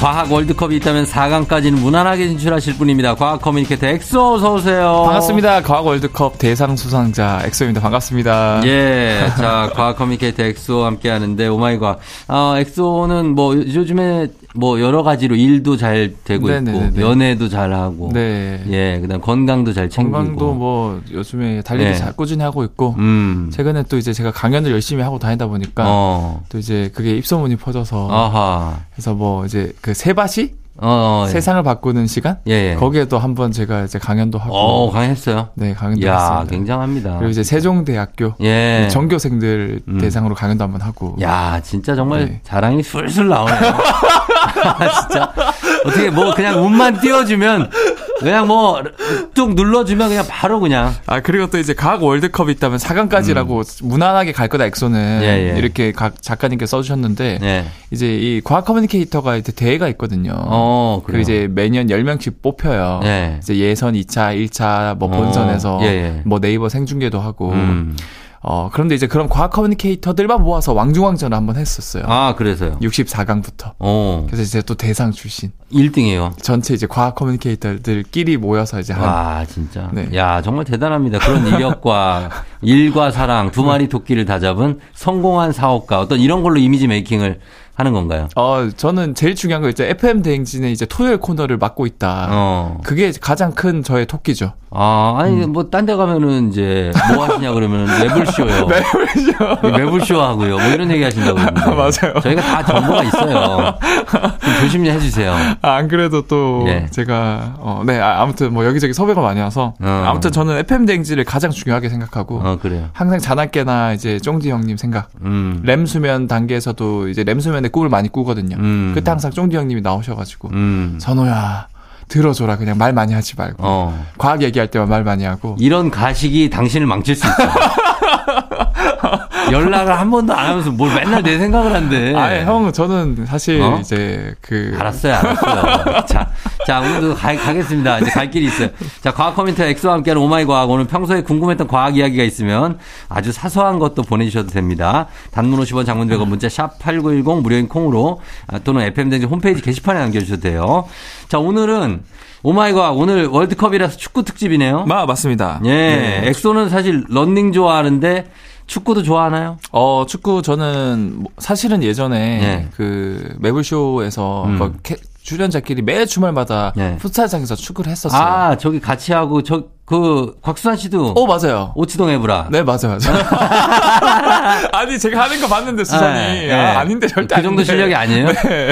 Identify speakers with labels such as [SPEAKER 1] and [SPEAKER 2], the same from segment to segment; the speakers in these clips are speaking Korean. [SPEAKER 1] 과학 월드컵이 있다면 4강까지는 무난하게 진출하실 분입니다. 과학 커뮤니케이터 엑소 어서 오세요.
[SPEAKER 2] 반갑습니다. 과학 월드컵 대상 수상자 엑소입니다. 반갑습니다.
[SPEAKER 1] 예, 자 과학 커뮤니케이터 엑소와 함께하는데 오마이과학. 아 엑소는 뭐 요즘에 뭐 여러 가지로 일도 잘 되고
[SPEAKER 2] 네네네네.
[SPEAKER 1] 있고 연애도 잘 하고,
[SPEAKER 2] 네.
[SPEAKER 1] 예, 그다음 건강도 잘 챙기고.
[SPEAKER 2] 건강도 뭐 요즘에 달리기
[SPEAKER 1] 네.
[SPEAKER 2] 잘 꾸준히 하고 있고
[SPEAKER 1] 음.
[SPEAKER 2] 최근에 또 이제 제가 강연을 열심히 하고 다니다 보니까
[SPEAKER 1] 어.
[SPEAKER 2] 또 이제 그게 입소문이 퍼져서
[SPEAKER 1] 아하.
[SPEAKER 2] 그래서 뭐 이제 그 세바시
[SPEAKER 1] 어. 예.
[SPEAKER 2] 세상을 바꾸는 시간
[SPEAKER 1] 예. 예.
[SPEAKER 2] 거기에 또 한번 제가 이제 강연도 하고
[SPEAKER 1] 어 강했어요.
[SPEAKER 2] 네 강연도
[SPEAKER 1] 야,
[SPEAKER 2] 했습니다.
[SPEAKER 1] 굉장합니다.
[SPEAKER 2] 그리고 이제 세종대학교
[SPEAKER 1] 예. 음.
[SPEAKER 2] 전교생들 대상으로 강연도 한번 하고
[SPEAKER 1] 야, 진짜 정말
[SPEAKER 2] 네.
[SPEAKER 1] 자랑이 술술 나오네요. 아, 진짜. 어떻게 뭐 그냥 운만 띄워주면 그냥 뭐 뚝 눌러주면 그냥 바로 그냥.
[SPEAKER 2] 아 그리고 또 이제 각 월드컵이 있다면 4강까지라고 무난하게 갈 거다 엑소는
[SPEAKER 1] 음. 예, 예.
[SPEAKER 2] 이렇게 각 작가님께 써주셨는데
[SPEAKER 1] 네.
[SPEAKER 2] 이제 이 과학 커뮤니케이터가 이제 대회가 있거든요.
[SPEAKER 1] 어,
[SPEAKER 2] 그
[SPEAKER 1] 그래요.
[SPEAKER 2] 이제 매년 10명씩 뽑혀요.
[SPEAKER 1] 예.
[SPEAKER 2] 이제 예선 2차, 1차, 뭐
[SPEAKER 1] 어,
[SPEAKER 2] 본선에서
[SPEAKER 1] 예, 예.
[SPEAKER 2] 뭐 네이버 생중계도 하고.
[SPEAKER 1] 음.
[SPEAKER 2] 어, 그런데 이제 그런 과학 커뮤니케이터들만 모아서 왕중왕전을 한번 했었어요.
[SPEAKER 1] 아, 그래서요.
[SPEAKER 2] 64강부터.
[SPEAKER 1] 어,
[SPEAKER 2] 그래서 이제 또 대상 출신.
[SPEAKER 1] 1등이에요.
[SPEAKER 2] 전체 이제 과학 커뮤니케이터들끼리 모여서 이제 한
[SPEAKER 1] 와, 아, 진짜.
[SPEAKER 2] 네.
[SPEAKER 1] 야, 정말 대단합니다. 그런 이력과 일과 사랑 두 마리 토끼를 다 잡은 성공한 사업가 어떤 이런 걸로 이미지 메이킹을 하는 건가요?
[SPEAKER 2] 어, 저는 제일 중요한 거 이제 FM 대행진의 이제 토요일 코너를 맡고 있다.
[SPEAKER 1] 어.
[SPEAKER 2] 그게 가장 큰 저의 토끼죠.
[SPEAKER 1] 아, 아니, 뭐, 딴 데 가면은 이제, 뭐 하시냐 그러면은, 매불쇼요. 매불쇼. 매불쇼 하고요. 뭐 이런 얘기 하신다고 그러는데.
[SPEAKER 2] 맞아요.
[SPEAKER 1] 저희가 다 정보가 있어요. 좀 조심 좀 해주세요.
[SPEAKER 2] 아, 안 그래도 또
[SPEAKER 1] 예.
[SPEAKER 2] 제가 어, 네 아, 무튼뭐 여기저기 섭외가 많이 와서
[SPEAKER 1] 어.
[SPEAKER 2] 아무튼 저는 FM 대행진을 가장 중요하게 생각하고
[SPEAKER 1] 어, 그래요.
[SPEAKER 2] 항상 자나깨나 이제 쫑디 형님 생각
[SPEAKER 1] 음.
[SPEAKER 2] 램 수면 단계에서도 이제 램 수면의 꿈을 많이 꾸거든요.
[SPEAKER 1] 음.
[SPEAKER 2] 그때 항상 쫑디 형님이 나오셔가지고
[SPEAKER 1] 음.
[SPEAKER 2] 선호야 들어줘라 그냥 말 많이 하지 말고
[SPEAKER 1] 어.
[SPEAKER 2] 과학 얘기할 때만 말 많이 하고
[SPEAKER 1] 이런 가식이 당신을 망칠 수 있어. 연락을 한 번도 안 하면서 뭘 맨날 내 생각을 한대.
[SPEAKER 2] 아예 형 저는 사실
[SPEAKER 1] 어?
[SPEAKER 2] 이제 그
[SPEAKER 1] 알았어요, 알았어요. 자, 자, 오늘도 가, 가겠습니다. 이제 갈 길이 있어요. 자, 과학 커뮤니터 엑소와 함께하는 오마이 과학. 오늘 평소에 궁금했던 과학 이야기가 있으면 아주 사소한 것도 보내주셔도 됩니다. 단문 50원 장문 100원 문자 샵8910 무료인 콩으로 아, 또는 FM대지 홈페이지 게시판에 남겨주셔도 돼요. 자, 오늘은 오마이 과학. 오늘 월드컵이라서 축구 특집이네요.
[SPEAKER 2] 마 맞습니다.
[SPEAKER 1] 예,
[SPEAKER 2] 네.
[SPEAKER 1] 엑소는 사실 런닝 좋아하는데 축구도 좋아하나요?
[SPEAKER 2] 어 축구 저는 뭐- 사실은 예전에
[SPEAKER 1] 네.
[SPEAKER 2] 그 매불쇼에서
[SPEAKER 1] 음.
[SPEAKER 2] 그 캐- 출연자끼리 매 주말마다
[SPEAKER 1] 네.
[SPEAKER 2] 풋살장에서 축구를 했었어요.
[SPEAKER 1] 아, 저기 같이 하고 저 그 곽수산 씨도
[SPEAKER 2] 어 맞아요.
[SPEAKER 1] 오치동 에브라.
[SPEAKER 2] 네 맞아요. 맞아요. 아니 제가 하는 거 봤는데 수산이
[SPEAKER 1] 네, 네.
[SPEAKER 2] 아, 닌데 절대
[SPEAKER 1] 그 정도
[SPEAKER 2] 아닌데. 네.
[SPEAKER 1] 실력이 아니에요?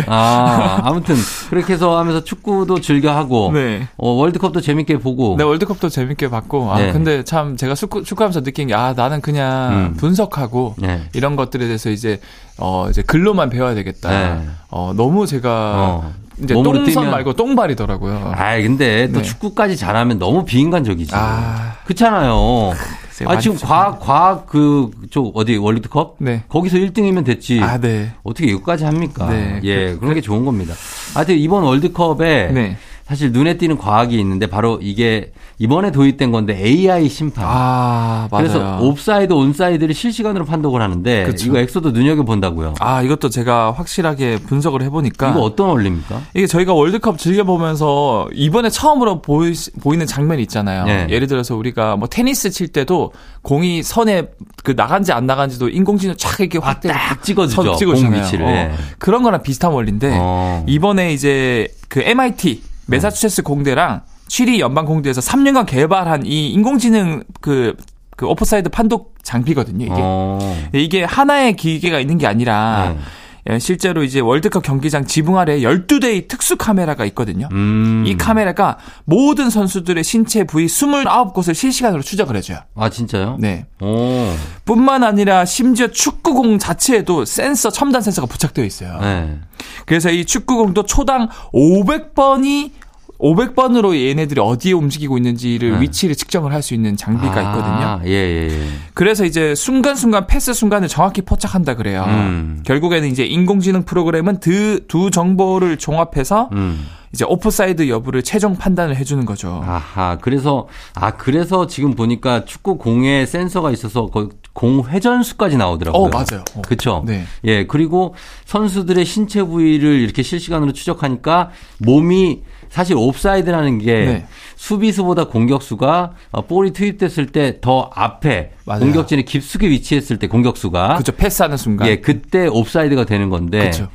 [SPEAKER 1] 아, 아무튼 그렇게 해서 하면서 축구도 즐겨 하고
[SPEAKER 2] 네.
[SPEAKER 1] 어, 월드컵도 재밌게 보고
[SPEAKER 2] 네 월드컵도 재밌게 봤고 아
[SPEAKER 1] 네.
[SPEAKER 2] 근데 참 제가 축구 축구하면서 느낀 게 아 나는 그냥
[SPEAKER 1] 음.
[SPEAKER 2] 분석하고
[SPEAKER 1] 네.
[SPEAKER 2] 이런 것들에 대해서 이제 어 이제 글로만 배워야 되겠다.
[SPEAKER 1] 네.
[SPEAKER 2] 어 너무 제가
[SPEAKER 1] 어.
[SPEAKER 2] 이제
[SPEAKER 1] 몸으로
[SPEAKER 2] 똥선
[SPEAKER 1] 뛰면-
[SPEAKER 2] 말고 똥발이더라고요.
[SPEAKER 1] 아, 근데 또
[SPEAKER 2] 네.
[SPEAKER 1] 축구까지 잘하면 너무 비인간적이지.
[SPEAKER 2] 아.
[SPEAKER 1] 그렇잖아요.
[SPEAKER 2] 제가
[SPEAKER 1] 아,
[SPEAKER 2] 많이
[SPEAKER 1] 지금 과학 과학 그 쪽 어디 월드컵?
[SPEAKER 2] 네.
[SPEAKER 1] 거기서 1등이면 됐지.
[SPEAKER 2] 아, 네.
[SPEAKER 1] 어떻게 이거까지 합니까?
[SPEAKER 2] 네.
[SPEAKER 1] 예, 그런 게 좋은 겁니다. 하여튼 이번 월드컵에
[SPEAKER 2] 네.
[SPEAKER 1] 사실 눈에 띄는 과학이 있는데 바로 이게 이번에 도입된 건데 AI 심판.
[SPEAKER 2] 아, 맞아요.
[SPEAKER 1] 그래서 옵사이드, 온사이드를 실시간으로 판독을 하는데
[SPEAKER 2] 그쵸.
[SPEAKER 1] 이거 엑소도 눈여겨 본다고요.
[SPEAKER 2] 아, 이것도 제가 확실하게 분석을 해보니까.
[SPEAKER 1] 이거 어떤 원리입니까?
[SPEAKER 2] 이게 저희가 월드컵 즐겨보면서 이번에 처음으로 보이, 보이는 장면이 있잖아요.
[SPEAKER 1] 네.
[SPEAKER 2] 예를 들어서 우리가 뭐 테니스 칠 때도 공이 선에 그 나간지 안 나간지도 인공지능 촥 이렇게 확대
[SPEAKER 1] 딱 찍어주죠.
[SPEAKER 2] 선
[SPEAKER 1] 공
[SPEAKER 2] 찍어주잖아요.
[SPEAKER 1] 위치를.
[SPEAKER 2] 어,
[SPEAKER 1] 예.
[SPEAKER 2] 그런 거랑 비슷한 원리인데
[SPEAKER 1] 어.
[SPEAKER 2] 이번에 이제 그 MIT 매사추세츠 공대랑 취리 연방 공대에서 3년간 개발한 이 인공지능 그 그 오프사이드 판독 장비거든요. 이게
[SPEAKER 1] 어.
[SPEAKER 2] 이게 하나의 기계가 있는 게 아니라
[SPEAKER 1] 네.
[SPEAKER 2] 예, 실제로 이제 월드컵 경기장 지붕 아래 12대의 특수 카메라가 있거든요.
[SPEAKER 1] 음.
[SPEAKER 2] 이 카메라가 모든 선수들의 신체 부위 29곳을 실시간으로 추적을 해줘요.
[SPEAKER 1] 아 진짜요? 어.
[SPEAKER 2] 네.
[SPEAKER 1] 오.
[SPEAKER 2] 뿐만 아니라 심지어 축구공 자체에도 센서, 첨단 아, 센서가 부착되어 있어요.
[SPEAKER 1] 네.
[SPEAKER 2] 그래서 이 축구공도 초당 500번이 500번으로 얘네들이 어디에 움직이고 있는지를
[SPEAKER 1] 네.
[SPEAKER 2] 위치를 측정을 할 수 있는 장비가 있거든요.
[SPEAKER 1] 아, 예, 예, 예.
[SPEAKER 2] 그래서 이제 순간순간 패스 순간을 정확히 포착한다 그래요.
[SPEAKER 1] 음.
[SPEAKER 2] 결국에는 이제 인공지능 프로그램은 두, 두 정보를 종합해서
[SPEAKER 1] 음.
[SPEAKER 2] 이제 오프사이드 여부를 최종 판단을 해주는 거죠.
[SPEAKER 1] 아하, 그래서, 아, 그래서 지금 보니까 축구 공에 센서가 있어서 그 공 회전수까지 나오더라고요.
[SPEAKER 2] 어, 맞아요. 어.
[SPEAKER 1] 그쵸?
[SPEAKER 2] 네.
[SPEAKER 1] 예, 그리고 선수들의 신체 부위를 이렇게 실시간으로 추적하니까 몸이 사실 옵사이드라는 게
[SPEAKER 2] 네.
[SPEAKER 1] 수비수보다 공격수가 어, 볼이 투입됐을 때 더 앞에
[SPEAKER 2] 맞아요.
[SPEAKER 1] 공격진에 깊숙이 위치했을 때 공격수가
[SPEAKER 2] 그죠 그렇죠. 패스하는 순간.
[SPEAKER 1] 예, 그때 옵사이드가 되는 건데
[SPEAKER 2] 그쵸.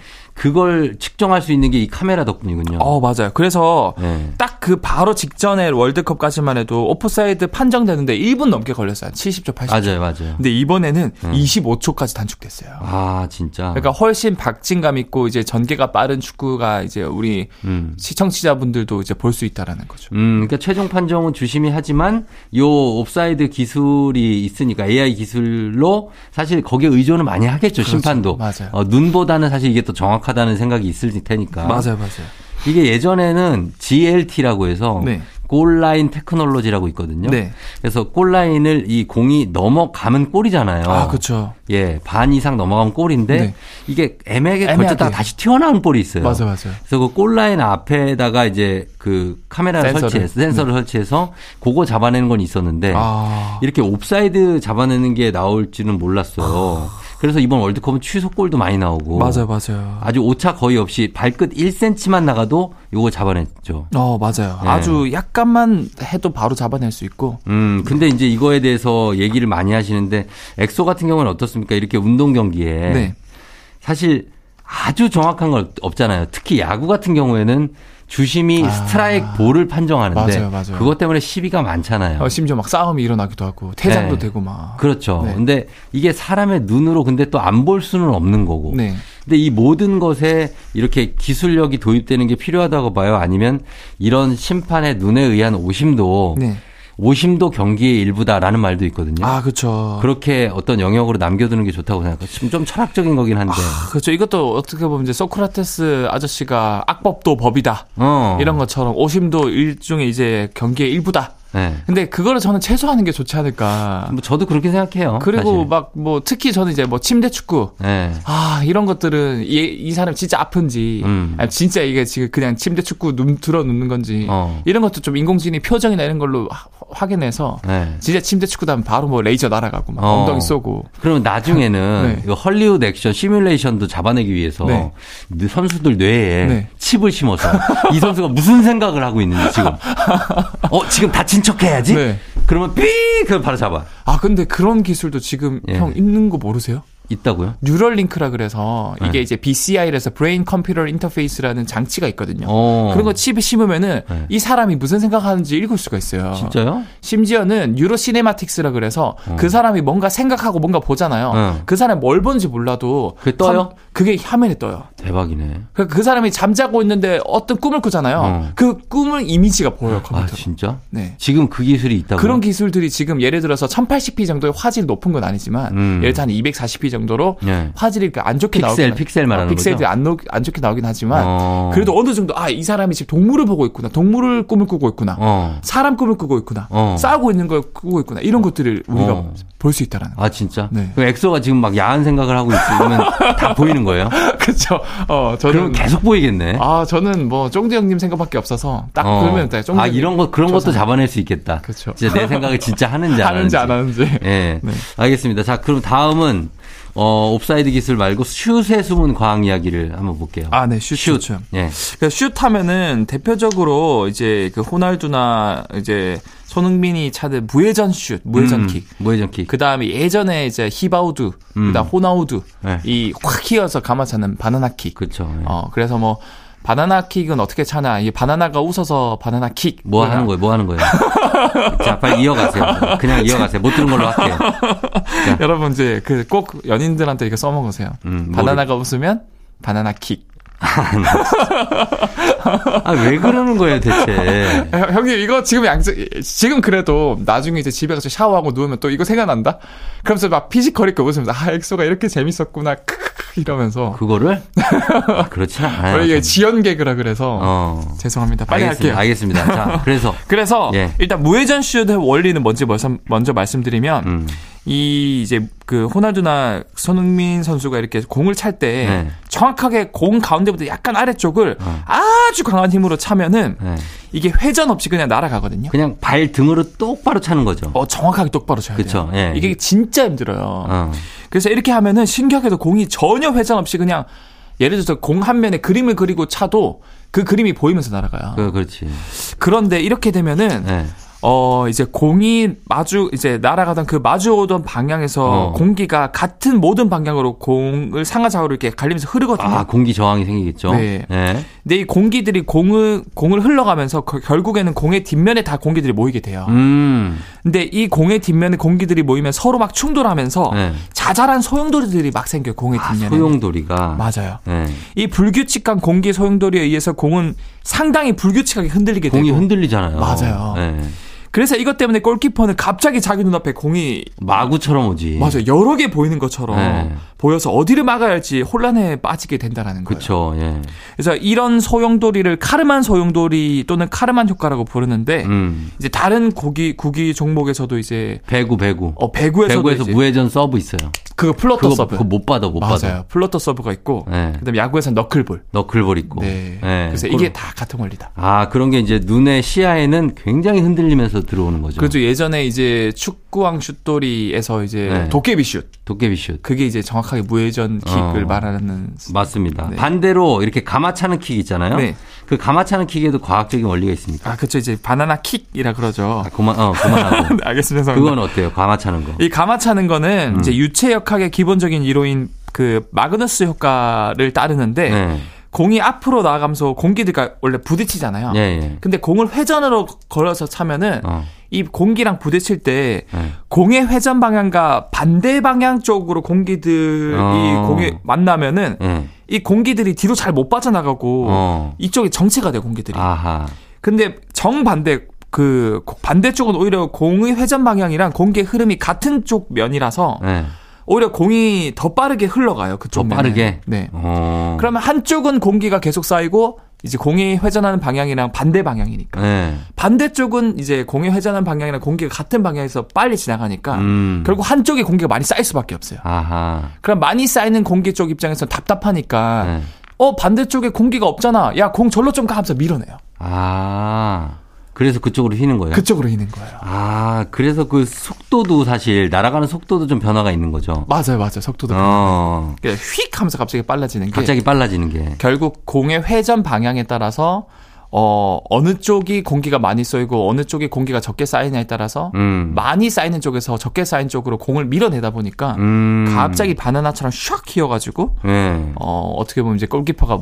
[SPEAKER 1] 그걸 측정할 수 있는 게 이 카메라 덕분이군요.
[SPEAKER 2] 어, 맞아요. 그래서
[SPEAKER 1] 네.
[SPEAKER 2] 딱 그 바로 직전에 월드컵까지만 해도 오프사이드 판정되는데 1분 넘게 걸렸어요. 한 70초, 80초.
[SPEAKER 1] 맞아요, 음. 맞아요.
[SPEAKER 2] 근데 이번에는 25초까지 단축됐어요.
[SPEAKER 1] 아, 진짜.
[SPEAKER 2] 그러니까 훨씬 박진감 있고 이제 전개가 빠른 축구가 이제 우리
[SPEAKER 1] 음.
[SPEAKER 2] 시청자분들도 이제 볼 수 있다라는 거죠.
[SPEAKER 1] 음, 그러니까 최종 판정은 주심이 하지만 요 옵사이드 기술이 있으니까 AI 기술로 사실 거기에 의존을 많이 하겠죠 심판도.
[SPEAKER 2] 그렇죠. 맞아요.
[SPEAKER 1] 어, 눈보다는 사실 이게 더 정확하다는 생각이 있을 테니까.
[SPEAKER 2] 맞아요.
[SPEAKER 1] 이게 예전에는 GLT라고 해서
[SPEAKER 2] 네.
[SPEAKER 1] 골라인 테크놀로지라고 있거든요.
[SPEAKER 2] 네.
[SPEAKER 1] 그래서 골라인을 이 공이 넘어가면 골이잖아요.
[SPEAKER 2] 아, 그렇죠.
[SPEAKER 1] 예, 반 이상 넘어가면 골인데
[SPEAKER 2] 네.
[SPEAKER 1] 이게 애매하게
[SPEAKER 2] 애매하게.
[SPEAKER 1] 걸쳤다가 다시 튀어나온 볼이 있어요.
[SPEAKER 2] 맞아요, 맞아요.
[SPEAKER 1] 그래서 그 골라인 앞에다가 이제 그 카메라를
[SPEAKER 2] 센서를. 음.
[SPEAKER 1] 설치해서 센서를 설치해서 그거 잡아내는 건 있었는데
[SPEAKER 2] 아.
[SPEAKER 1] 이렇게 옵사이드 잡아내는 게 나올지는 몰랐어요. 그래서 이번 월드컵은 취소골도 많이 나오고
[SPEAKER 2] 아. 맞아요, 맞아요.
[SPEAKER 1] 아주 오차 거의 없이 발끝 1cm만 나가도 이거 잡아냈죠.
[SPEAKER 2] 어, 맞아요.
[SPEAKER 1] 네.
[SPEAKER 2] 아주 약간만 해도 바로 잡아낼 수 있고.
[SPEAKER 1] 음, 근데 이제 이거에 대해서 얘기를 많이 하시는데 엑소 같은 경우는 어떻습니까? 이렇게 운동 경기에
[SPEAKER 2] 네.
[SPEAKER 1] 사실 아주 정확한 건 없잖아요. 특히 야구 같은 경우에는 주심이 스트라이크 볼을 판정하는데
[SPEAKER 2] 아. 맞아요, 맞아요.
[SPEAKER 1] 그것 때문에 시비가 많잖아요.
[SPEAKER 2] 어, 심지어 막 싸움이 일어나기도 하고 퇴장도
[SPEAKER 1] 네.
[SPEAKER 2] 되고 막.
[SPEAKER 1] 그렇죠.
[SPEAKER 2] 네.
[SPEAKER 1] 근데 이게 사람의 눈으로 근데 또 안 볼 수는 없는 거고.
[SPEAKER 2] 네.
[SPEAKER 1] 근데 이 모든 것에 이렇게 기술력이 도입되는 게 필요하다고 봐요. 아니면 이런 심판의 눈에 의한 오심도
[SPEAKER 2] 네.
[SPEAKER 1] 오심도 경기의 일부다라는 말도 있거든요.
[SPEAKER 2] 아, 그렇죠.
[SPEAKER 1] 그렇게 어떤 영역으로 남겨두는 게 좋다고 생각해요. 지금 좀 철학적인 거긴 한데.
[SPEAKER 2] 아, 그렇죠. 이것도 어떻게 보면 이제 소크라테스 아저씨가 악법도 법이다.
[SPEAKER 1] 어.
[SPEAKER 2] 아, 이런 것처럼 오심도 일종의 이제 경기의 일부다.
[SPEAKER 1] 네.
[SPEAKER 2] 근데 그거를 저는 최소화하는 게 좋지 않을까.
[SPEAKER 1] 뭐 저도 그렇게 생각해요.
[SPEAKER 2] 그리고
[SPEAKER 1] 사실.
[SPEAKER 2] 막 뭐 특히 저는 이제 뭐 침대 축구
[SPEAKER 1] 예.
[SPEAKER 2] 아 이런 것들은 이, 이 사람 진짜 아픈지
[SPEAKER 1] 음.
[SPEAKER 2] 아, 진짜 이게 지금 그냥 침대 축구 눈 들어 눕는 건지
[SPEAKER 1] 어.
[SPEAKER 2] 이런 것도 좀 인공지능이 표정이나 이런 걸로 하- 확인해서
[SPEAKER 1] 예.
[SPEAKER 2] 진짜 침대 축구도 하면 바로 뭐 레이저 날아가고 막
[SPEAKER 1] 어.
[SPEAKER 2] 엉덩이 쏘고
[SPEAKER 1] 그러면 나중에는
[SPEAKER 2] 네.
[SPEAKER 1] 이거 헐리우드 액션 시뮬레이션도 잡아내기 위해서
[SPEAKER 2] 네.
[SPEAKER 1] 느- 선수들 뇌에
[SPEAKER 2] 네.
[SPEAKER 1] 칩을 심어서 이 선수가 무슨 생각을 하고 있는지 지금 어 지금 다친 척 해야지
[SPEAKER 2] 네.
[SPEAKER 1] 그러면 삐 그걸 바로 잡아
[SPEAKER 2] 아 근데 그런 기술도 지금
[SPEAKER 1] 예.
[SPEAKER 2] 형 있는 거 모르세요?
[SPEAKER 1] 있다고요?
[SPEAKER 2] 뉴럴링크라 그래서
[SPEAKER 1] 네.
[SPEAKER 2] 이게 이제 BCI라서 브레인 컴퓨터 인터페이스라는 장치가 있거든요.
[SPEAKER 1] 어
[SPEAKER 2] 그런 거 칩에 심으면은
[SPEAKER 1] 네.
[SPEAKER 2] 이 사람이 무슨 생각하는지 읽을 수가 있어요.
[SPEAKER 1] 진짜요?
[SPEAKER 2] 아,
[SPEAKER 1] 어.
[SPEAKER 2] 심지어는 유로 시네마틱스라 그래서 그 사람이 뭔가 생각하고 뭔가 보잖아요.
[SPEAKER 1] 응.
[SPEAKER 2] 그 사람이 뭘 본지 몰라도
[SPEAKER 1] 네. 그게 떠요?
[SPEAKER 2] 컴- 그게 화면에 떠요.
[SPEAKER 1] 대박이네.
[SPEAKER 2] 그, 그 사람이 잠자고 있는데 어떤 꿈을 꾸잖아요.
[SPEAKER 1] 어.
[SPEAKER 2] 그 꿈을 이미지가 보여요,
[SPEAKER 1] 아
[SPEAKER 2] 컴퓨터로.
[SPEAKER 1] 진짜?
[SPEAKER 2] 네.
[SPEAKER 1] 지금 그 기술이 있다고?
[SPEAKER 2] 그런 기술들이 지금 예를 들어서 1080p 정도의 화질 높은 건 아니지만
[SPEAKER 1] 음.
[SPEAKER 2] 예를 들어 한 240p 정도로
[SPEAKER 1] 예.
[SPEAKER 2] 화질이 그안 좋게
[SPEAKER 1] 픽셀,
[SPEAKER 2] 나오긴 하-
[SPEAKER 1] 픽셀 말하는
[SPEAKER 2] 어, 픽셀이 안, 나오- 안 좋게 나오긴 하지만
[SPEAKER 1] 어.
[SPEAKER 2] 그래도 어느 정도 아 이 사람이 지금 동물을 보고 있구나 동물을 꿈을 꾸고 있구나
[SPEAKER 1] 어.
[SPEAKER 2] 사람 꿈을 꾸고 있구나
[SPEAKER 1] 어.
[SPEAKER 2] 싸우고 있는 걸 꾸고 있구나 이런 것들을 우리가
[SPEAKER 1] 어.
[SPEAKER 2] 볼 수 있다라는
[SPEAKER 1] 아 진짜?
[SPEAKER 2] 네.
[SPEAKER 1] 그럼 엑소가 지금 막 야한 생각을 하고 있으면 다 보이는 거예요?
[SPEAKER 2] 거 그렇죠 어
[SPEAKER 1] 그럼
[SPEAKER 2] 저는
[SPEAKER 1] 계속 보이겠네.
[SPEAKER 2] 아 저는 뭐 쫑디 형님 생각밖에 없어서 딱
[SPEAKER 1] 어.
[SPEAKER 2] 그러면 딱 쫑디
[SPEAKER 1] 아 이런 거 그런 것도
[SPEAKER 2] 조사.
[SPEAKER 1] 잡아낼 수 있겠다.
[SPEAKER 2] 그쵸.
[SPEAKER 1] 진짜 내 생각을 진짜 하는지 안 하는지.
[SPEAKER 2] 하는지 안 하는지
[SPEAKER 1] 예.
[SPEAKER 2] 네.
[SPEAKER 1] 알겠습니다. 자, 그럼 다음은 어, 옵사이드 기술 말고 슛에 숨은 과학 이야기를 한번 볼게요.
[SPEAKER 2] 아 네 슛.
[SPEAKER 1] 슛.
[SPEAKER 2] 슛.
[SPEAKER 1] 예.
[SPEAKER 2] 그러니까 슛 하면은 대표적으로 이제 그 호날두나 이제 손흥민이 차든 무회전 슛, 무회전
[SPEAKER 1] 음,
[SPEAKER 2] 킥.
[SPEAKER 1] 무회전 킥.
[SPEAKER 2] 그 다음에 예전에 이제 히바우두, 그다음 호나우두
[SPEAKER 1] 네.
[SPEAKER 2] 이 확 휘어서 감아차는 바나나 킥.
[SPEAKER 1] 그렇죠. 예.
[SPEAKER 2] 어 그래서 뭐 바나나 킥은 어떻게 차나? 이 바나나가 웃어서 바나나 킥.
[SPEAKER 1] 뭐 하는 거예요? 뭐 하는 거예요? 자, 빨리 이어가세요. 그냥 이어가세요. 못 들은 걸로 할게요.
[SPEAKER 2] 여러분 이제 그 꼭 연인들한테 이거 써먹으세요.
[SPEAKER 1] 음, 뭐를-
[SPEAKER 2] 바나나가 웃으면 바나나 킥.
[SPEAKER 1] 아, 왜 그러는 거예요, 대체?
[SPEAKER 2] 형- 형님 이거 지금 양 지금 그래도 나중에 이제 집에 가서 샤워하고 누우면 또 이거 생각난다. 그러면서 막 피식거리게 웃으면서 아 엑소가 이렇게 재밌었구나. 크크크 이러면서
[SPEAKER 1] 그거를? 아, 그렇지 않아요.
[SPEAKER 2] 원래 이게
[SPEAKER 1] 저는.
[SPEAKER 2] 지연 개그라 그래서
[SPEAKER 1] 어.
[SPEAKER 2] 죄송합니다. 빨리
[SPEAKER 1] 알겠습니다.
[SPEAKER 2] 할게요.
[SPEAKER 1] 알겠습니다. 자, 그래서.
[SPEAKER 2] 그래서
[SPEAKER 1] 예.
[SPEAKER 2] 일단 무회전 슛의 원리는 뭔지 먼저, 먼저 말씀드리면
[SPEAKER 1] 음.
[SPEAKER 2] 이 이제 그 호날두나 손흥민 선수가 이렇게 공을 찰 때
[SPEAKER 1] 네.
[SPEAKER 2] 정확하게 공 가운데부터 약간 아래쪽을
[SPEAKER 1] 어.
[SPEAKER 2] 아주 강한 힘으로 차면은
[SPEAKER 1] 예.
[SPEAKER 2] 이게 회전 없이 그냥 날아가거든요.
[SPEAKER 1] 그냥 발 등으로 똑바로 차는 거죠.
[SPEAKER 2] 어 정확하게 똑바로 쳐야
[SPEAKER 1] 그쵸,
[SPEAKER 2] 돼요.
[SPEAKER 1] 예.
[SPEAKER 2] 이게 진짜 힘들어요.
[SPEAKER 1] 어.
[SPEAKER 2] 그래서 이렇게 하면은 신기하게도 공이 전혀 회전 없이 그냥 예를 들어서 공 한 면에 그림을 그리고 차도 그 그림이 보이면서 날아가요.
[SPEAKER 1] 그, 그렇지.
[SPEAKER 2] 그런데 이렇게 되면은
[SPEAKER 1] 예.
[SPEAKER 2] 어 이제 공이 마주 이제 날아가던 그 마주오던 방향에서
[SPEAKER 1] 어.
[SPEAKER 2] 공기가 같은 모든 방향으로 공을 상하좌우로 이렇게 갈리면서 흐르거든요.
[SPEAKER 1] 아, 공기 저항이 생기겠죠.
[SPEAKER 2] 네.
[SPEAKER 1] 예.
[SPEAKER 2] 근데 이 공기들이 공을 공을 흘러가면서 거- 결국에는 공의 뒷면에 다 공기들이 모이게 돼요.
[SPEAKER 1] 음.
[SPEAKER 2] 근데 이 공의 뒷면에 공기들이 모이면 서로 막 충돌하면서
[SPEAKER 1] 예.
[SPEAKER 2] 자잘한 소용돌이들이 막 생겨 요 공의
[SPEAKER 1] 아,
[SPEAKER 2] 뒷면에.
[SPEAKER 1] 소용돌이가.
[SPEAKER 2] 맞아요.
[SPEAKER 1] 예.
[SPEAKER 2] 이 불규칙한 공기 소용돌이에 의해서 공은 상당히 불규칙하게 흔들리게
[SPEAKER 1] 공이
[SPEAKER 2] 되고
[SPEAKER 1] 흔들리잖아요.
[SPEAKER 2] 맞아요.
[SPEAKER 1] 예.
[SPEAKER 2] 그래서 이것 때문에 골키퍼는 갑자기 자기 눈앞에 공이
[SPEAKER 1] 마구처럼 오지.
[SPEAKER 2] 맞아 요 여러 개 보이는 것처럼
[SPEAKER 1] 예. 네.
[SPEAKER 2] 보여서 어디를 막아야 할지 혼란에 빠지게 된다라는 거예요.
[SPEAKER 1] 그쵸, 예.
[SPEAKER 2] 그래서 이런 소용돌이를 카르만 소용돌이 또는 카르만 효과라고 부르는데
[SPEAKER 1] 음.
[SPEAKER 2] 이제 다른 고기 구기 종목에서도 이제
[SPEAKER 1] 배구, 배구.
[SPEAKER 2] 어, 배구에서도
[SPEAKER 1] 배구에서
[SPEAKER 2] 이제
[SPEAKER 1] 무회전 서브 있어요.
[SPEAKER 2] 그거 플러터
[SPEAKER 1] 그거,
[SPEAKER 2] 서브
[SPEAKER 1] 그거 못 받아, 못 받아.
[SPEAKER 2] 맞아요. 플러터 서브가 있고
[SPEAKER 1] 예.
[SPEAKER 2] 그다음 에 야구에서 너클볼.
[SPEAKER 1] 너클볼 있고.
[SPEAKER 2] 네.
[SPEAKER 1] 예.
[SPEAKER 2] 그래서 이게 다 같은 원리다.
[SPEAKER 1] 아, 그런 게 이제 눈의 시야에는 굉장히 흔들리면서 들어오는 거죠.
[SPEAKER 2] 그죠 예전에 이제 축구왕 슛돌이에서 이제
[SPEAKER 1] 네.
[SPEAKER 2] 도깨비 슛
[SPEAKER 1] 도깨비 슛.
[SPEAKER 2] 그게 이제 정확하게 무회전 킥을
[SPEAKER 1] 어.
[SPEAKER 2] 말하는
[SPEAKER 1] 맞습니다.
[SPEAKER 2] 네.
[SPEAKER 1] 반대로 이렇게 감아차는 킥 있잖아요.
[SPEAKER 2] 네.
[SPEAKER 1] 그 감아차는 킥에도 과학적인 원리가 있습니까?
[SPEAKER 2] 아 그쵸 이제 바나나 킥이라 그러죠.
[SPEAKER 1] 아, 그만, 어, 그만하고.
[SPEAKER 2] 네, 알겠습니다. 죄송합니다.
[SPEAKER 1] 그건 음. 어때요? 감아차는 거.
[SPEAKER 2] 이 감아차는 거는 이제 유체역학의 기본적인 이론인 그 마그너스 효과를 따르는데
[SPEAKER 1] 네.
[SPEAKER 2] 공이 앞으로 나가면서 공기들과 그러니까 원래 부딪히잖아요.
[SPEAKER 1] 예, 예.
[SPEAKER 2] 근데 공을 회전으로 걸어서 차면은
[SPEAKER 1] 어,
[SPEAKER 2] 이 공기랑 부딪힐 때
[SPEAKER 1] 예.
[SPEAKER 2] 공의 회전 방향과 반대 방향 쪽으로 공기들이
[SPEAKER 1] 어.
[SPEAKER 2] 공에 만나면은
[SPEAKER 1] 예.
[SPEAKER 2] 이 공기들이 뒤로 잘 못 빠져나가고
[SPEAKER 1] 어.
[SPEAKER 2] 이쪽이 정체가 돼요 공기들이.
[SPEAKER 1] 아하.
[SPEAKER 2] 근데 정반대 그 반대쪽은 오히려 공의 회전 방향이랑 공기의 흐름이 같은 쪽 면이라서
[SPEAKER 1] 예.
[SPEAKER 2] 오히려 공이 더 빠르게 흘러가요 그쪽
[SPEAKER 1] 더
[SPEAKER 2] 면에.
[SPEAKER 1] 빠르게?
[SPEAKER 2] 네.
[SPEAKER 1] 어.
[SPEAKER 2] 그러면 한쪽은 공기가 계속 쌓이고 이제 공이 회전하는 방향이랑 반대 방향이니까
[SPEAKER 1] 예.
[SPEAKER 2] 반대쪽은 이제 공이 회전하는 방향이랑 공기가 같은 방향에서 빨리 지나가니까
[SPEAKER 1] 음.
[SPEAKER 2] 결국 한쪽에 공기가 많이 쌓일 수밖에 없어요.
[SPEAKER 1] 아하.
[SPEAKER 2] 그럼 많이 쌓이는 공기 쪽 입장에서는 답답하니까
[SPEAKER 1] 예.
[SPEAKER 2] 어 반대쪽에 공기가 없잖아. 야 공 절로 좀 가 하면서 밀어내요.
[SPEAKER 1] 아. 그래서 그쪽으로 휘는 거예요?
[SPEAKER 2] 그쪽으로 있는 거예요.
[SPEAKER 1] 아, 그래서 그 속도도 사실 날아가는 속도도 좀 변화가 있는 거죠.
[SPEAKER 2] 맞아요, 맞아요. 속도도
[SPEAKER 1] 어.
[SPEAKER 2] 그러니까 휙 하면서 갑자기 빨라지는 게
[SPEAKER 1] 갑자기 빨라지는 게.
[SPEAKER 2] 결국 공의 회전 방향에 따라서 어 어느 쪽이 공기가 많이 쏘이고 어느 쪽이 공기가 적게 쌓이냐에 따라서
[SPEAKER 1] 음.
[SPEAKER 2] 많이 쌓이는 쪽에서 적게 쌓인 쪽으로 공을 밀어내다 보니까
[SPEAKER 1] 음.
[SPEAKER 2] 갑자기 바나나처럼 샥 튀어가지고
[SPEAKER 1] 예.
[SPEAKER 2] 어 어떻게 보면 이제 골키퍼가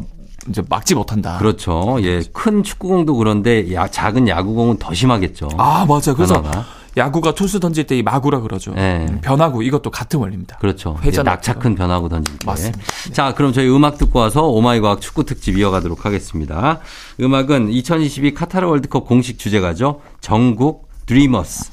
[SPEAKER 2] 이제 막지 못한다.
[SPEAKER 1] 그렇죠. 예. 큰 축구공도 그런데 야- 작은 야구공은 더 심하겠죠.
[SPEAKER 2] 아 맞아요. 그래서
[SPEAKER 1] 변화가.
[SPEAKER 2] 야구가 투수 던질 때 이 마구라 그러죠.
[SPEAKER 1] 예.
[SPEAKER 2] 음, 변화구 이것도 같은 원리입니다.
[SPEAKER 1] 그렇죠.
[SPEAKER 2] 회전
[SPEAKER 1] 예, 낙차
[SPEAKER 2] 앞으로.
[SPEAKER 1] 큰 변화고 던질 때.
[SPEAKER 2] 맞습니다.
[SPEAKER 1] 자, 그럼 저희 음악 듣고 와서 오마이과학 축구 특집 이어가도록 하겠습니다. 음악은 2022 카타르 월드컵 공식 주제가죠. 전국 드리머스.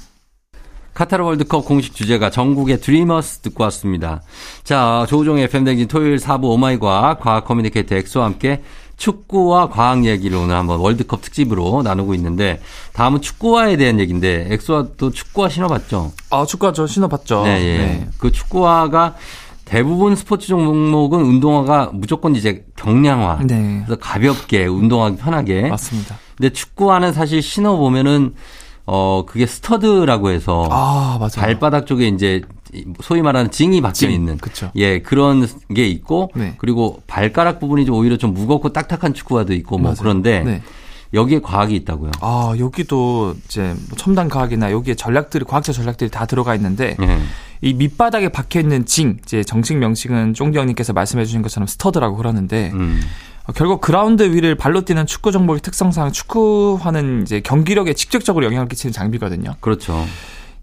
[SPEAKER 1] 카타르 월드컵 공식 주제가 전국의 드리머스 듣고 왔습니다. 자, 조우종의 FM댕진 토요일 4부 오마이과학 과학 커뮤니케이터 엑소와 함께 축구와 과학 얘기를 오늘 한번 월드컵 특집으로 나누고 있는데 다음은 축구화에 대한 얘기인데 엑소와 또 축구화 신어봤죠?
[SPEAKER 2] 아 축구가 저 신어봤죠.
[SPEAKER 1] 네, 예.
[SPEAKER 2] 네.
[SPEAKER 1] 그 축구화가 대부분 스포츠 종목은 운동화가 무조건 이제 경량화.
[SPEAKER 2] 네.
[SPEAKER 1] 그래서 가볍게 운동하기 편하게.
[SPEAKER 2] 맞습니다.
[SPEAKER 1] 근데 축구화는 사실 신어 보면은 어 그게 스터드라고 해서
[SPEAKER 2] 아 맞아요.
[SPEAKER 1] 발바닥 쪽에 이제 소위 말하는 징이 박혀
[SPEAKER 2] 징,
[SPEAKER 1] 있는
[SPEAKER 2] 그쵸.
[SPEAKER 1] 예 그런 게 있고
[SPEAKER 2] 네.
[SPEAKER 1] 그리고 발가락 부분이 좀 오히려 좀 무겁고 딱딱한 축구화도 있고 뭐
[SPEAKER 2] 맞아요.
[SPEAKER 1] 그런데
[SPEAKER 2] 네.
[SPEAKER 1] 여기에 과학이 있다고요.
[SPEAKER 2] 아, 여기도 이제 뭐 첨단 과학이나 여기에 전략들이 과학자 전략들이 다 들어가 있는데
[SPEAKER 1] 예.
[SPEAKER 2] 이 밑바닥에 박혀 있는 징, 이제 정식 명칭은 쫑디 형님께서 말씀해 주신 것처럼 스터드라고 그러는데
[SPEAKER 1] 음.
[SPEAKER 2] 어, 결국 그라운드 위를 발로 뛰는 축구 종목의 특성상 축구화는 이제 경기력에 직접적으로 영향을 끼치는 장비거든요.
[SPEAKER 1] 그렇죠.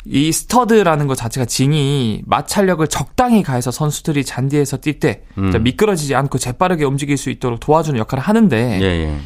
[SPEAKER 2] 이 스터드라는 것 자체가 징이 마찰력을 적당히 가해서 선수들이 잔디에서 뛸 때
[SPEAKER 1] 음.
[SPEAKER 2] 미끄러지지 않고 재빠르게 움직일 수 있도록 도와주는 역할을 하는데
[SPEAKER 1] 예 예. 어.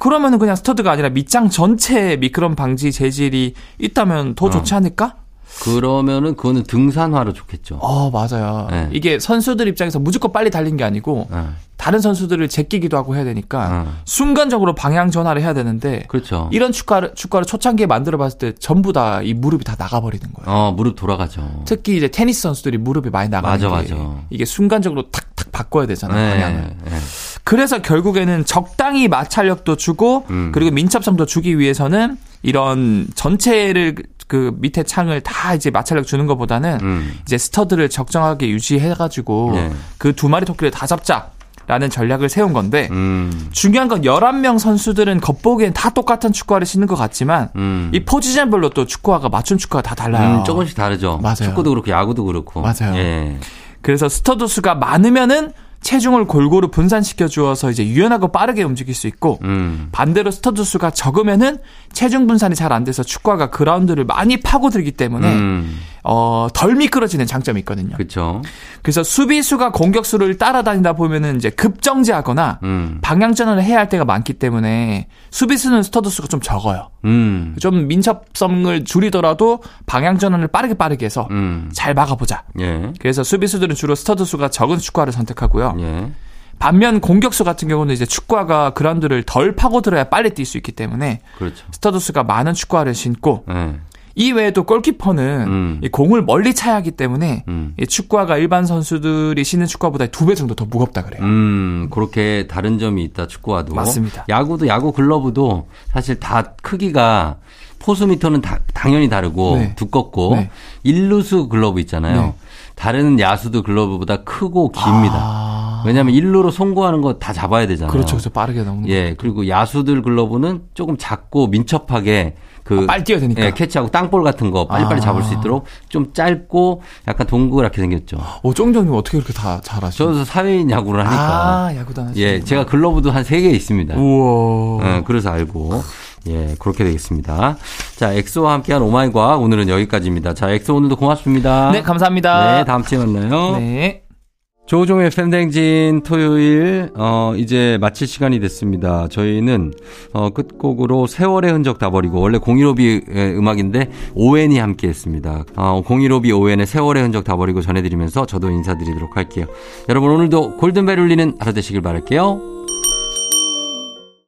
[SPEAKER 2] 그러면은 그냥 스터드가 아니라 밑장 전체에 미끄럼 방지 재질이 있다면 더 좋지 않을까?
[SPEAKER 1] 그러면은 그거는 등산화로 좋겠죠.
[SPEAKER 2] 어, 맞아요.
[SPEAKER 1] 네.
[SPEAKER 2] 이게 선수들 입장에서 무조건 빨리 달린 게 아니고
[SPEAKER 1] 네.
[SPEAKER 2] 다른 선수들을 제끼기도 하고 해야 되니까
[SPEAKER 1] 어.
[SPEAKER 2] 순간적으로 방향 전환을 해야 되는데
[SPEAKER 1] 그렇죠.
[SPEAKER 2] 이런 축구를, 축구를 초창기에 만들어 봤을 때 전부 다 이 무릎이 다 나가버리는 거예요.
[SPEAKER 1] 어, 무릎 돌아가죠.
[SPEAKER 2] 특히 이제 테니스 선수들이 무릎이 많이 나가는
[SPEAKER 1] 맞아,
[SPEAKER 2] 게
[SPEAKER 1] 맞아.
[SPEAKER 2] 이게 순간적으로 탁탁 바꿔야 되잖아요. 방향을.
[SPEAKER 1] 네. 네.
[SPEAKER 2] 그래서 결국에는 적당히 마찰력도 주고
[SPEAKER 1] 음.
[SPEAKER 2] 그리고 민첩성도 주기 위해서는 이런 전체를 그 밑에 창을 다 이제 마찰력 주는 것보다는
[SPEAKER 1] 음.
[SPEAKER 2] 이제 스터드를 적정하게 유지해가지고
[SPEAKER 1] 네.
[SPEAKER 2] 그 두 마리 토끼를 다 잡자라는 전략을 세운 건데
[SPEAKER 1] 음.
[SPEAKER 2] 중요한 건 11명 선수들은 겉보기엔 다 똑같은 축구화를 신는 것 같지만
[SPEAKER 1] 음.
[SPEAKER 2] 이 포지션별로 또 축구화가 맞춤 축구화가 다 달라요.
[SPEAKER 1] 음, 조금씩 다르죠.
[SPEAKER 2] 예. 맞아요.
[SPEAKER 1] 축구도 그렇고 야구도 그렇고.
[SPEAKER 2] 맞아요.
[SPEAKER 1] 예.
[SPEAKER 2] 그래서 스터드 수가 많으면은 체중을 골고루 분산시켜 주어서 이제 유연하고 빠르게 움직일 수 있고
[SPEAKER 1] 음.
[SPEAKER 2] 반대로 스터드 수가 적으면은 체중 분산이 잘 안 돼서 축구화가 그라운드를 많이 파고들기 때문에
[SPEAKER 1] 음.
[SPEAKER 2] 어, 덜 미끄러지는 장점이 있거든요.
[SPEAKER 1] 그렇죠.
[SPEAKER 2] 그래서 수비수가 공격수를 따라다니다 보면은 이제 급정지하거나
[SPEAKER 1] 음.
[SPEAKER 2] 방향 전환을 해야 할 때가 많기 때문에 수비수는 스터드 수가 좀 적어요.
[SPEAKER 1] 음.
[SPEAKER 2] 좀 민첩성을 줄이더라도 방향 전환을 빠르게 빠르게 해서
[SPEAKER 1] 음.
[SPEAKER 2] 잘 막아보자.
[SPEAKER 1] 예.
[SPEAKER 2] 그래서 수비수들은 주로 스터드 수가 적은 축구화를 선택하고요.
[SPEAKER 1] 예.
[SPEAKER 2] 반면 공격수 같은 경우는 이제 축구화가 그라운드를 덜 파고들어야 빨리 뛸 수 있기 때문에
[SPEAKER 1] 그렇죠.
[SPEAKER 2] 스터드 수가 많은 축구화를 신고
[SPEAKER 1] 예.
[SPEAKER 2] 이 외에도 골키퍼는
[SPEAKER 1] 음.
[SPEAKER 2] 이 공을 멀리 차야 하기 때문에
[SPEAKER 1] 음.
[SPEAKER 2] 이 축구화가 일반 선수들이 신는 축구화보다 두 배 정도 더 무겁다 그래요.
[SPEAKER 1] 음, 그렇게 다른 점이 있다, 축구와도.
[SPEAKER 2] 맞습니다.
[SPEAKER 1] 야구도, 야구 글러브도 사실 다 크기가 포수미터는 다- 당연히 다르고
[SPEAKER 2] 네.
[SPEAKER 1] 두껍고
[SPEAKER 2] 네.
[SPEAKER 1] 일루수 글러브 있잖아요.
[SPEAKER 2] 네.
[SPEAKER 1] 다른 야수도 글러브보다 크고 깁니다.
[SPEAKER 2] 아,
[SPEAKER 1] 왜냐하면 일루로 송구하는 거 다 잡아야 되잖아요.
[SPEAKER 2] 그렇죠, 그렇죠. 빠르게 넘는. 거.
[SPEAKER 1] 예, 그리고 야수들 글러브는 조금 작고 민첩하게 그
[SPEAKER 2] 아, 빨리 뛰어야 되니까.
[SPEAKER 1] 예, 캐치하고 땅볼 같은 거 빨리빨리
[SPEAKER 2] 아.
[SPEAKER 1] 잡을 수 있도록 좀 짧고 약간 동그랗게 생겼죠.
[SPEAKER 2] 오, 쫑정님 어떻게 이렇게 다 잘하시죠?
[SPEAKER 1] 저도 사회인 야구를 하니까.
[SPEAKER 2] 아, 야구단 하시죠.
[SPEAKER 1] 예, 제가 글러브도 한 세 개 있습니다.
[SPEAKER 2] 우와.
[SPEAKER 1] 예, 그래서 알고. 예, 그렇게 되겠습니다. 자, 엑소와 함께한 오마이과 오늘은 여기까지입니다. 자, 엑소 오늘도 고맙습니다.
[SPEAKER 2] 네, 감사합니다.
[SPEAKER 1] 네, 다음 주에 만나요.
[SPEAKER 2] 네.
[SPEAKER 1] 조종의 팬댕진 토요일 어 이제 마칠 시간이 됐습니다. 저희는 어 끝곡으로 세월의 흔적 다 버리고 원래 015비 음악인데 오웬이 함께 했습니다. 어 015비 오웬의 세월의 흔적 다 버리고 전해 드리면서 저도 인사드리도록 할게요. 여러분 오늘도 골든벨 울리는 하루 되시길 바랄게요.